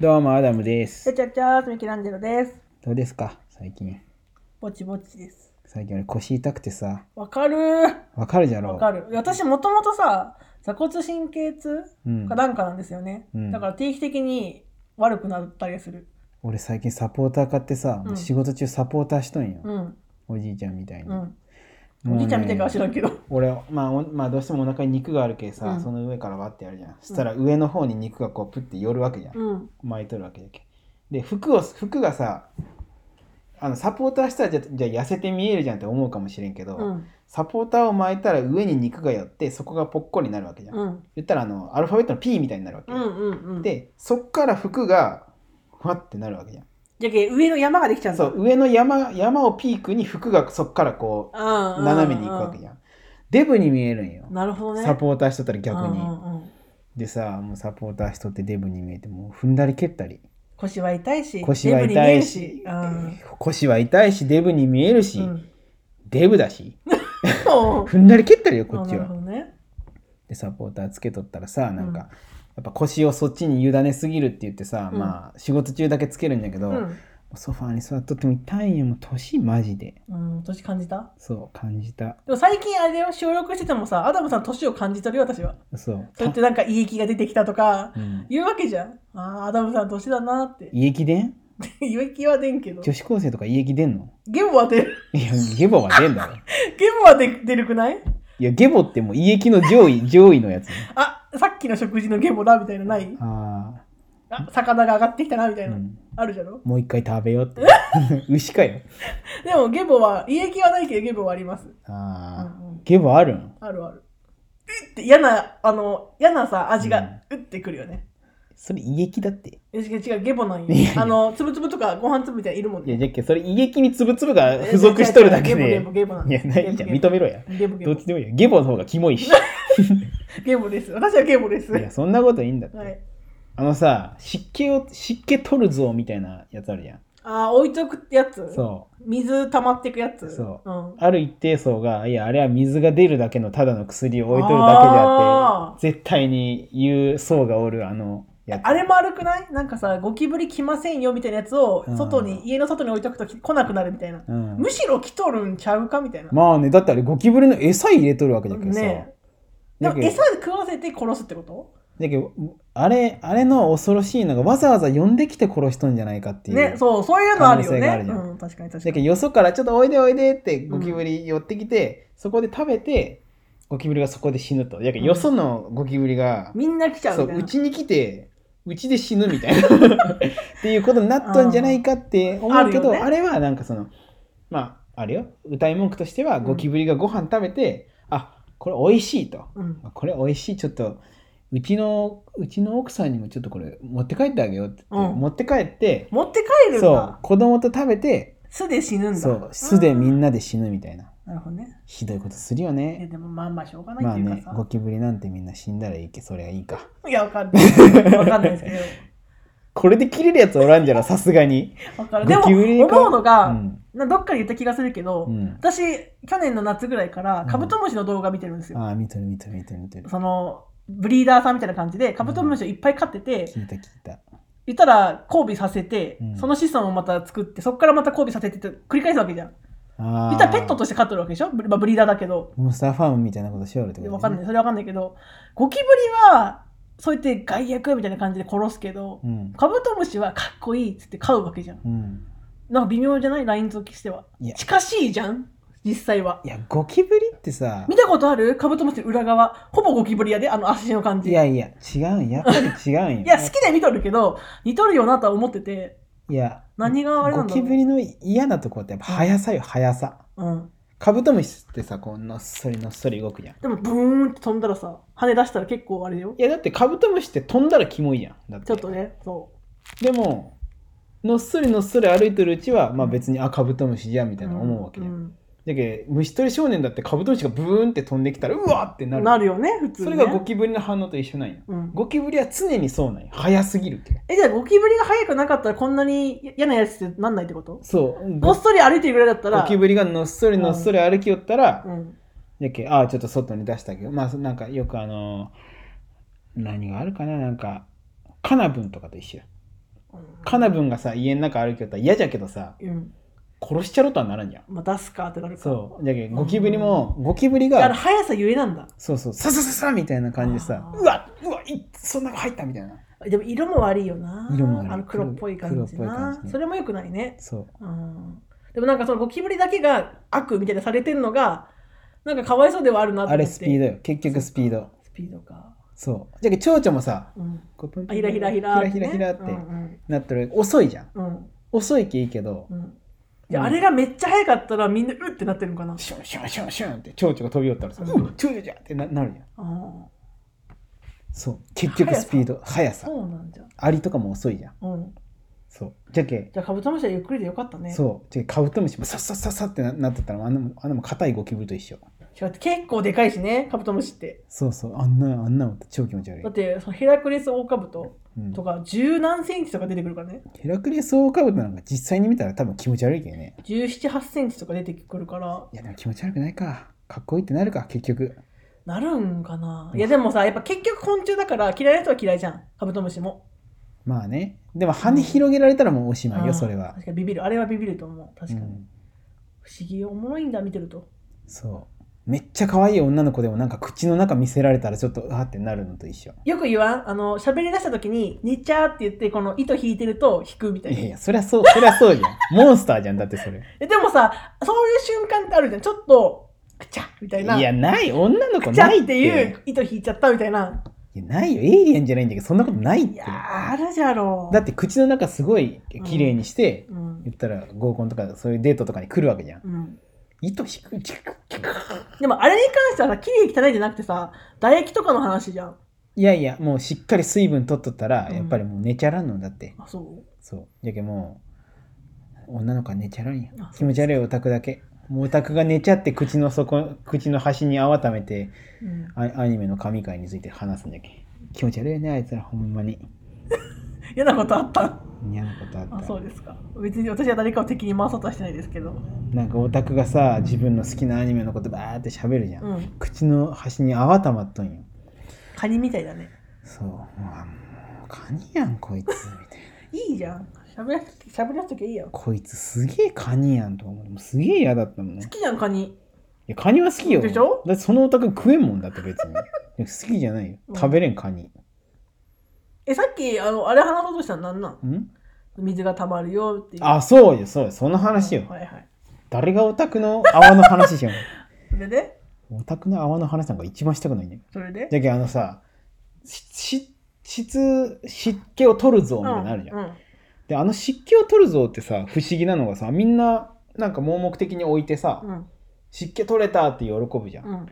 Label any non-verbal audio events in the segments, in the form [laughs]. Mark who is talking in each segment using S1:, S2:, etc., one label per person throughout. S1: どうも、アダムです
S2: え。ちゃちゃーす、ミケランジェロです。
S1: どうですか最近。
S2: ぼちぼちです。
S1: 最近俺腰痛くてさ、
S2: わかるー。
S1: わかるじゃろ
S2: わかる。私もともとさ、鎖骨神経痛
S1: うん
S2: か。なんかなんですよね。
S1: うん
S2: だから定期的に悪くなったりする。
S1: 俺最近サポーター買ってさ、
S2: うん
S1: 仕事中サポーターしとんよ。
S2: うん。
S1: おじいちゃんみたいに。
S2: うん。
S1: もう
S2: お
S1: ね
S2: じいちゃんみたいかは知らんけど。
S1: 俺、まあお、まあ、どうしてもお腹に肉があるけさ、
S2: うん
S1: その上から割ってやるじゃん。そしたら上の方に肉がこうプッて寄るわけじゃん。
S2: うん。
S1: 巻いとるわけだけ。で、服を、服がさ、あのサポーターしたらじゃじゃあ痩せて見えるじゃんって思うかもしれんけど、
S2: うん。
S1: サポーターを巻いたら上に肉が寄ってそこがぽっこりになるわけじゃん、
S2: うん。
S1: 言ったらあのアルファベットの P みたいになるわけ
S2: う
S1: よ、
S2: んうんうん。、
S1: でそっから服がふわってなるわけじゃん、
S2: じゃけ上の山ができちゃうんだ。
S1: そ。う上の山山をピークに服がそっからこ
S2: うんうん、う。
S1: うん斜めに行くわけじゃん、デブに見えるんよ
S2: なるほどね。
S1: サポーターしとったら逆に、
S2: うんうんうん
S1: でさもうサポーターしとってデブに見えてもう踏んだり蹴ったり
S2: 腰は痛いし、
S1: 腰は
S2: デブに見
S1: 痛
S2: え
S1: い
S2: る
S1: し
S2: うん。
S1: 腰は痛いしデブに見えるし、
S2: うん。
S1: デブだし
S2: そ
S1: 踏んだり蹴ったりよ
S2: う。
S1: こっち
S2: なる
S1: は
S2: ほどね。
S1: でサポーターつけとったらさなんか、
S2: うん
S1: やっぱ腰をそっちに委ねすぎるって言ってさ、
S2: うん
S1: まあ仕事中だけつけるんだけど、
S2: うん。
S1: ソファーに座っとっても痛いんよもう年マジで
S2: うん。年感じた
S1: そう感じた
S2: でも最近あれよ収録しててもさアダムさん年を感じ取るよ私は
S1: そう
S2: そうやってなんか胃液が出てきたとか
S1: うん、
S2: 言うわけじゃんあーアダムさん年だなって
S1: 胃液出ん
S2: 胃液は出んけど
S1: 女子高生とか胃液出んの [laughs]
S2: ゲボは出る [laughs]
S1: いやゲボは出んだろ
S2: ゲボは出出るくない
S1: いやゲボってもう胃液の上
S2: [laughs]
S1: 位上位のやつ、ね、
S2: あさっきの食事のゲボだみたいなのない
S1: あ
S2: あ魚が上がってきたなみた
S1: あ、
S2: いうな、
S1: ん、
S2: あるじゃろ
S1: もう一回食べようって [laughs] 牛かよ
S2: でもゲボは胃液はないけどゲボはあります、うんう
S1: ああ
S2: ん、
S1: ゲボあるん
S2: あるあるうって嫌なあの嫌なさ味がうってくるよね、
S1: それ胃液だって
S2: え違う違うゲボなんよ
S1: いやいや
S2: あのつぶつぶとかご飯粒みたいないるもん
S1: い
S2: ね
S1: やじゃっけそれ胃液につぶつぶが付属しとるだけ
S2: ゲ
S1: で
S2: ボゲボゲボ
S1: いやないじゃん認めろや
S2: めゲボゲ
S1: ど
S2: ボ
S1: っちでもいいよゲボの方がキモい
S2: [laughs]
S1: しい
S2: ゲボです私はゲボですは
S1: やそんなこといいんだって、
S2: い
S1: あのさ湿気を湿気取るぞみたいなやつあるじゃん
S2: あー置いとくやつ
S1: そ
S2: 水溜まってくやつ、
S1: そう
S2: ん
S1: う、ある一定層がいやあれは水が出るだけのただの薬を置いとるだけであ
S2: あ
S1: って絶対に言う層がおるあのやつ
S2: あれも悪くないなんかさゴキブリ来ませんよみたいなやつを
S1: うん
S2: 外に家の外に置いとくとき来なくなるみたいな
S1: うん
S2: むしろ来とるんちゃうかみたいな、
S1: まあねだってあれゴキブリの餌入れとるわけだけどさ、
S2: ねで
S1: だ
S2: も
S1: けど
S2: 餌食わせて殺すってこと
S1: だけどあれあれの恐ろしいのがわざわざ呼んできて殺しとんじゃないかっていう
S2: ねそうそういうのあるよ
S1: 可能性
S2: ね
S1: があるじゃん
S2: うん、確かに確か
S1: だけ
S2: に
S1: どよそからちょっとおいでおいでってゴキブリ寄ってきて、そこで食べてゴキブリがそこで死ぬとだけどよそのゴキブリが、
S2: みんな来ちゃう
S1: そ
S2: みたいうな
S1: うちに来てうちで死ぬみたいな [laughs] っていうことになっとんじゃないかって思うけどあ,、
S2: あるよね
S1: れはなんかそのまああれよ歌い文句としては
S2: うん
S1: ゴキブリがご飯食べて、あこれおいしいと
S2: うん
S1: これおいしいちょっとうちのうちの奥さんにもちょっとこれ持って帰ってあげようって言って、
S2: うん
S1: 持って帰って
S2: 持って帰るん
S1: そう
S2: だ
S1: 子供と食べて
S2: 巣で死ぬんだ
S1: そう素でみ
S2: なん
S1: なで死ぬみたいな
S2: なるほどね
S1: ひどいことするよ
S2: いや
S1: ね
S2: でもまあまあしょうがな
S1: まあ
S2: いっていう
S1: ね
S2: かさ、
S1: ゴキブリなんてみんな死んだらいいけそりゃいいか
S2: いやわかんないわかんないですけ
S1: [laughs] これで切れるやつおらんじゃろさすがに
S2: どわかるでも
S1: ゴキブリか
S2: 思うの
S1: う
S2: が、
S1: ん、
S2: などっかで言った気がするけど、
S1: うん、
S2: 私去年の夏ぐらいから
S1: ん
S2: カブトムシの動画見てるんですよ、
S1: ああ見てる見てる見てる見てる
S2: そのブリーダーさんみたいな感じでカブトムシをいっぱい飼ってて、
S1: 聞いた聞いた
S2: 言ったら交尾させて、
S1: うん
S2: その子孫をまた作ってそこからまた交尾させてって繰り返すわけじゃん
S1: あ
S2: 言
S1: あ
S2: ったらペットとして飼ってるわけでしょブリ,、まあブリーダーだけど
S1: モンスターファームみたいなことしよるってこと、
S2: わかんないいそれわかんないけどゴキブリはそうやって害悪みたいな感じで殺すけど、
S1: うん
S2: カブトムシはかっこいいっつって飼うわけじゃん
S1: うん、
S2: なんか微妙じゃないライン付きしてはい
S1: や
S2: 近しいじゃん実際はい
S1: やゴキブリってさ
S2: 見たことあるカブトムシの裏側ほぼゴキブリやであの足の感じ
S1: いやいや違うんやっぱり違うんよ
S2: いや好きで見とるけど似とるよなとは思ってて
S1: いや
S2: 何があれな
S1: ゴ
S2: んだ
S1: キ
S2: ろう
S1: ブリの嫌なとこってやっぱ速さよ速さ
S2: うん、
S1: カブトムシってさこうのっそりのっそり動くじゃん
S2: でもブーンって飛んだらさ跳ね出したら結構あれよ
S1: いやだってカブトムシって飛んだらキモいやんだって
S2: ちょっとねそ
S1: でものっそりのっそり歩いてるうちは、まあ、別にあカブトムシじゃんみ
S2: う
S1: たいな思うわけじゃん、
S2: ん
S1: だけど虫取り少年だってカブトムシがブーンって飛んできたらうわって
S2: う
S1: なる
S2: んなるよね普通
S1: そ
S2: ね
S1: れがゴキブリの反応と一緒なんや
S2: うん、
S1: ゴキブリは常にそうなんや早すぎるけ
S2: えじゃあゴキブリが速くなかったらこんなに嫌なやつってなんないってこと
S1: そうゴ
S2: ごっそり歩いてるぐらいだったら
S1: ゴキブリがのっそりのっそり歩きよったら、
S2: うん、
S1: だっけああちょっと外に出したけどまあそなんかよくあのー何があるかななんかカナブンとかと一緒カナブンがさ家の中歩きよったら嫌じゃけどさ
S2: うん。
S1: 殺しちゃろとはならんじゃん
S2: まあ、出すかってなるか。
S1: そうじゃけゴキブリもゴキブリ
S2: だから
S1: が
S2: 速さゆえなんだ。
S1: そうそうささささみたいな感じでさ
S2: あー
S1: うわうわいそんなの入ったみたいな
S2: でも色も悪いよな。
S1: 色も悪い
S2: あの黒っぽい感じ
S1: 黒黒っぽい
S2: な
S1: 感。じね
S2: それも良くないね。
S1: そう
S2: うん。でもなんかそのゴキブリだけが悪みたいなされてんのが、なんかかわいそうではあるなと思
S1: あ
S2: って。
S1: れスピードよ結局スピード。
S2: スピードか。
S1: そうじゃけ蝶々もさ
S2: うん。
S1: こうプン
S2: あ
S1: プン
S2: ひらひらひら
S1: ひらひらひらっ
S2: う
S1: て
S2: ん
S1: なってる遅いじゃん
S2: うん。うん
S1: 遅いけいいけど
S2: うんであれがめっちゃ速かったらみんなうってなってるのかな。
S1: シュンシュンシュンシュンって蝶々が飛び寄ったらさ「
S2: う
S1: うんん蝶々じゃ!」ってななるやん
S2: あ
S1: そう結局スピード速
S2: あ、
S1: さ
S2: そうなんじゃ。
S1: アリとかも遅いじゃん
S2: うん。
S1: そうじゃけ
S2: じゃあカブトムシはゆっくりでよかったね。
S1: そうじゃけカブトムシもさっさっさっさってななっとったらあんなもんあんなもん硬いゴキブリと一緒
S2: 違って結構でかいしね、カブトムシって。
S1: そうそうあんなあんなの超気持ち悪い
S2: だっ、てそのヘラクレスオオカブト
S1: うん
S2: とか十何センチとか出てくるからね。
S1: ヘラクレスオオカブトなんか実際に見たら多分気持ち悪いけどね
S2: 17、8センチとか出てくるから、
S1: いやでも気持ち悪くないかかっこいいってなるか結局
S2: なるんかな。いやでもさ、やっぱ結局昆虫だから嫌いな人は嫌いじゃん、カブトムシも。
S1: まあねでも羽広げられたらもうおしまい
S2: あー
S1: よそれは
S2: 確かにビビる。あれはビビると思う。確かに。
S1: うん
S2: 不思議、おもろいんだ、見てると。
S1: そうめっちゃ可愛い女の子でもなんか口の中見せられたらちょっとうわってなるのと一緒
S2: よく言わんあの、喋り出した時に、寝ちゃーって言って、この糸引いてると引くみたい
S1: い
S2: な。
S1: やいやそりゃそうそりゃそうじゃんモンスターじゃんだってそ
S2: [laughs]
S1: れ
S2: えでもさ、そういう瞬間ってあるじゃん。ちょっと、くちゃみたいな。
S1: いやない女の子
S2: くちゃ
S1: ない
S2: っ
S1: って
S2: ていう糸引いちゃったみたいな。
S1: いやないよエイリアンじゃないんだけどそんなことないっ
S2: い
S1: て
S2: やーあるじゃろう。
S1: だって口の中すごい綺麗にして、
S2: うん。
S1: 言ったら合コンとかそういうデートとかに来るわけじゃん
S2: うん。
S1: 糸引くキュクキュク
S2: でもあれに関してはさ、綺麗汚いじゃなくてさ、唾液とかの話じゃん。
S1: いやいやもうしっかり水分取っとったら
S2: うん
S1: やっぱりもう寝ちゃらんのだって、
S2: あ、そ
S1: そうじゃけもう女の子は寝ちゃらんや
S2: あ
S1: 気持ち悪いオタクだけもうオタクが寝ちゃって口の底口の端に泡ためて
S2: う。うん、
S1: アアニメの神回について話すんじゃけ気持ち悪いよねあいつらほんまに
S2: 嫌なことあった
S1: 嫌なことあった
S2: あ、そうですか。別に私は誰かを敵に回そうとはしてないですけど。
S1: なんかオタクがさ自分の好きなアニメのことバーって喋るじゃん、
S2: うん。
S1: 口の端に泡たまっとんよ
S2: カニみたいだね。
S1: そううわもうカニやんこいつみたいない
S2: いじゃん。喋らしゃべらしときゃいいよ。
S1: こいつすげえカニやんとか思ってもうすげえ嫌だったもんね
S2: 好きじゃん、カニ。
S1: いやカニは好きよ
S2: でしょ
S1: だってそのお宅食えんもんだって別に [laughs] いや好きじゃないよ
S2: うん
S1: 食べれんカニ
S2: え、さっき、あの、あれ話そうとしたのなんなん
S1: ん
S2: 水が溜まるよっていう。
S1: あそうよそうよその話よ、
S2: はいはい。
S1: 誰がオタクの泡の話しよ
S2: それで
S1: う [laughs] オタクの泡の話なんか一番したくないね
S2: それで
S1: じゃけあのさしし湿湿気を取るぞみたいなのあるじゃん、
S2: うんうん
S1: であの湿気を取るぞってさ不思議なのがさみんななんか盲目的に置いてさ、
S2: うん
S1: 湿気取れたって喜ぶじゃん、
S2: うん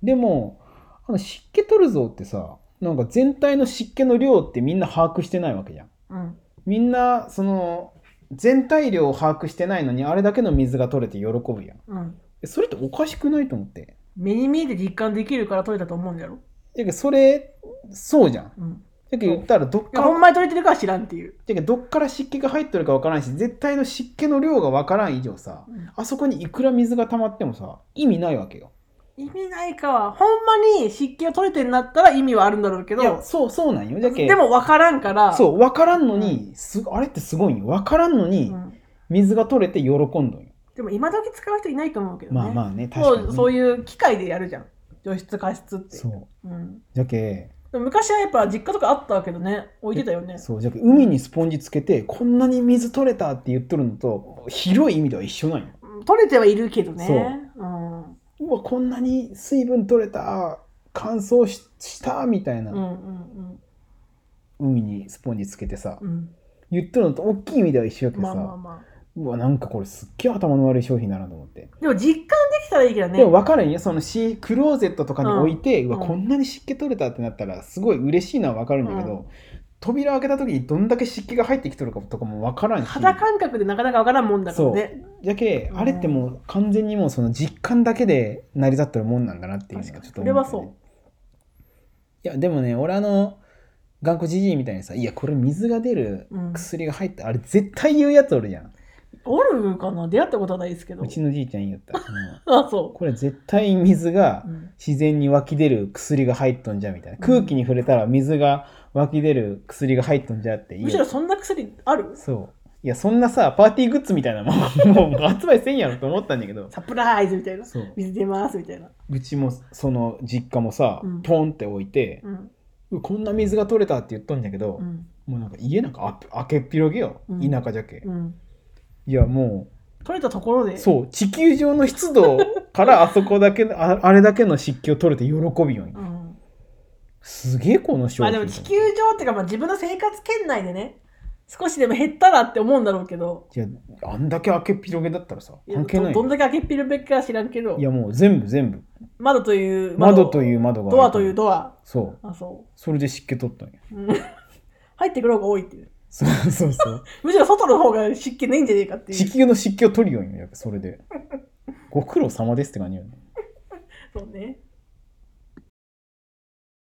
S1: でもあの湿気取るぞってさなんか全体の湿気の量ってみんな把握してないわけじゃん
S2: うん
S1: みんなその全体量を把握してないのにあれだけの水が取れて喜ぶやん
S2: うん
S1: えそれっておかしくないと思って
S2: 目に見えて実感できるから取れたと思うんだろ、
S1: だけどそれそうじゃん
S2: うん、
S1: だけど言ったらどっ
S2: い
S1: か
S2: や
S1: ら
S2: ほんまに取れてるかは知らんっていう、
S1: だけどどっから湿気が入ってるかわからんし絶対の湿気の量がわからん以上さあそこにいくら水が溜まってもさ意味ないわけよ
S2: 意味ないかはほんまに湿気を取れてるんだったら意味はあるんだろうけ
S1: いや
S2: ど
S1: そうそうなんよだけ
S2: でも分からんから
S1: そう分からんのにすあれってすごいんよ分からんのに、
S2: ん
S1: 水が取れて喜んどんよ、
S2: でも今時使う人いないと思うけどね
S1: まあまあね確
S2: も
S1: かに、ね、
S2: うそ
S1: う
S2: ういう機械でやるじゃん除湿加湿って
S1: そう
S2: うん、
S1: じゃけ
S2: でも昔はやっぱ実家とかあったけどね置いてたよね
S1: そうじゃけ海にスポンジつけてこんなに水取れたって言っとるのと広い意味では一緒なんよ
S2: うん取れてはいるけどね
S1: そう
S2: うん
S1: うわこんなに水分取れた乾燥ししたみたいな、
S2: うんうん
S1: 海にスポンジつけてさ
S2: うんうん
S1: 言っとるのと大きい意味では一緒やけど
S2: まあ
S1: さ、
S2: まあまあ
S1: うわなんかこれすっげえ頭の悪い商品だなと思って、
S2: でも実感できたらいいけどね。
S1: でも分かるんよそのシクローゼットとかに置いて、うわ
S2: うん
S1: こんなに湿気取れたってなったらすごい嬉しいのは分かるんだけど、
S2: う
S1: 扉開けた時にどんだけ湿気が入ってきとるかとかも分からんし
S2: 肌感覚でなかなかわからんもんだからね。
S1: じゃけ、
S2: うん
S1: あれってもう完全にもうその実感だけで成り立ってるもんなんだなっていうのがちょっと思ったね
S2: 確かにそれはそう
S1: いやでもね俺あの頑固じじいみたいにさ「いやこれ水が出る
S2: うん、
S1: 薬が入ったあれ絶対言うやつおるじゃん
S2: おるかな出会ったことはないですけど
S1: う。ちのじいちゃん言った、うん
S2: あ、そ
S1: これ絶対水が
S2: う。うん
S1: 自然に湧き出る薬が入っとんじゃんみたいな空気に触れたら水が湧き出る薬が入っとんじゃっていいよ
S2: むしろそんな薬ある
S1: そういやそんなさパーティーグッズみたいなもんもう発売せんやろと思ったんだけど
S2: サプライズみたいな
S1: そう
S2: 水出ますみたいな、
S1: うちもその実家もさ、
S2: うん
S1: ポンって置いて、
S2: うん
S1: うこんな水が取れたって言っとんだけど、
S2: うん
S1: もうなんか家なんかあ開けっぴろげよ、
S2: うん
S1: 田舎じゃけ、
S2: うん、
S1: いやも
S2: 取れたところ
S1: う
S2: で
S1: そう地球上の湿度
S2: [laughs]
S1: からあそこだけのああれだけの湿気を取れて喜びよ、
S2: うん、
S1: すげえこの商品
S2: まあでも地球上っていうか、まあ、自分の生活圏内でね少しでも減ったらって思うんだろうけど
S1: いやあんだけ開けっぴろげだったらさ
S2: いや
S1: 関係ない
S2: どど
S1: よ
S2: んだけ開けっぴるべきか知らんけど
S1: いやもう全部全部
S2: 窓という
S1: 窓というう窓が
S2: ドアというドア
S1: そう
S2: あそ
S1: それで湿気取ったんや
S2: ううん [laughs] 入ってくる方が多いっていう
S1: そうそうそう
S2: むしろ外の方が湿気ないんじゃねえかっていう
S1: 地球の湿気を取るようにやっぱそれでご苦労様ですって感じよね
S2: そうね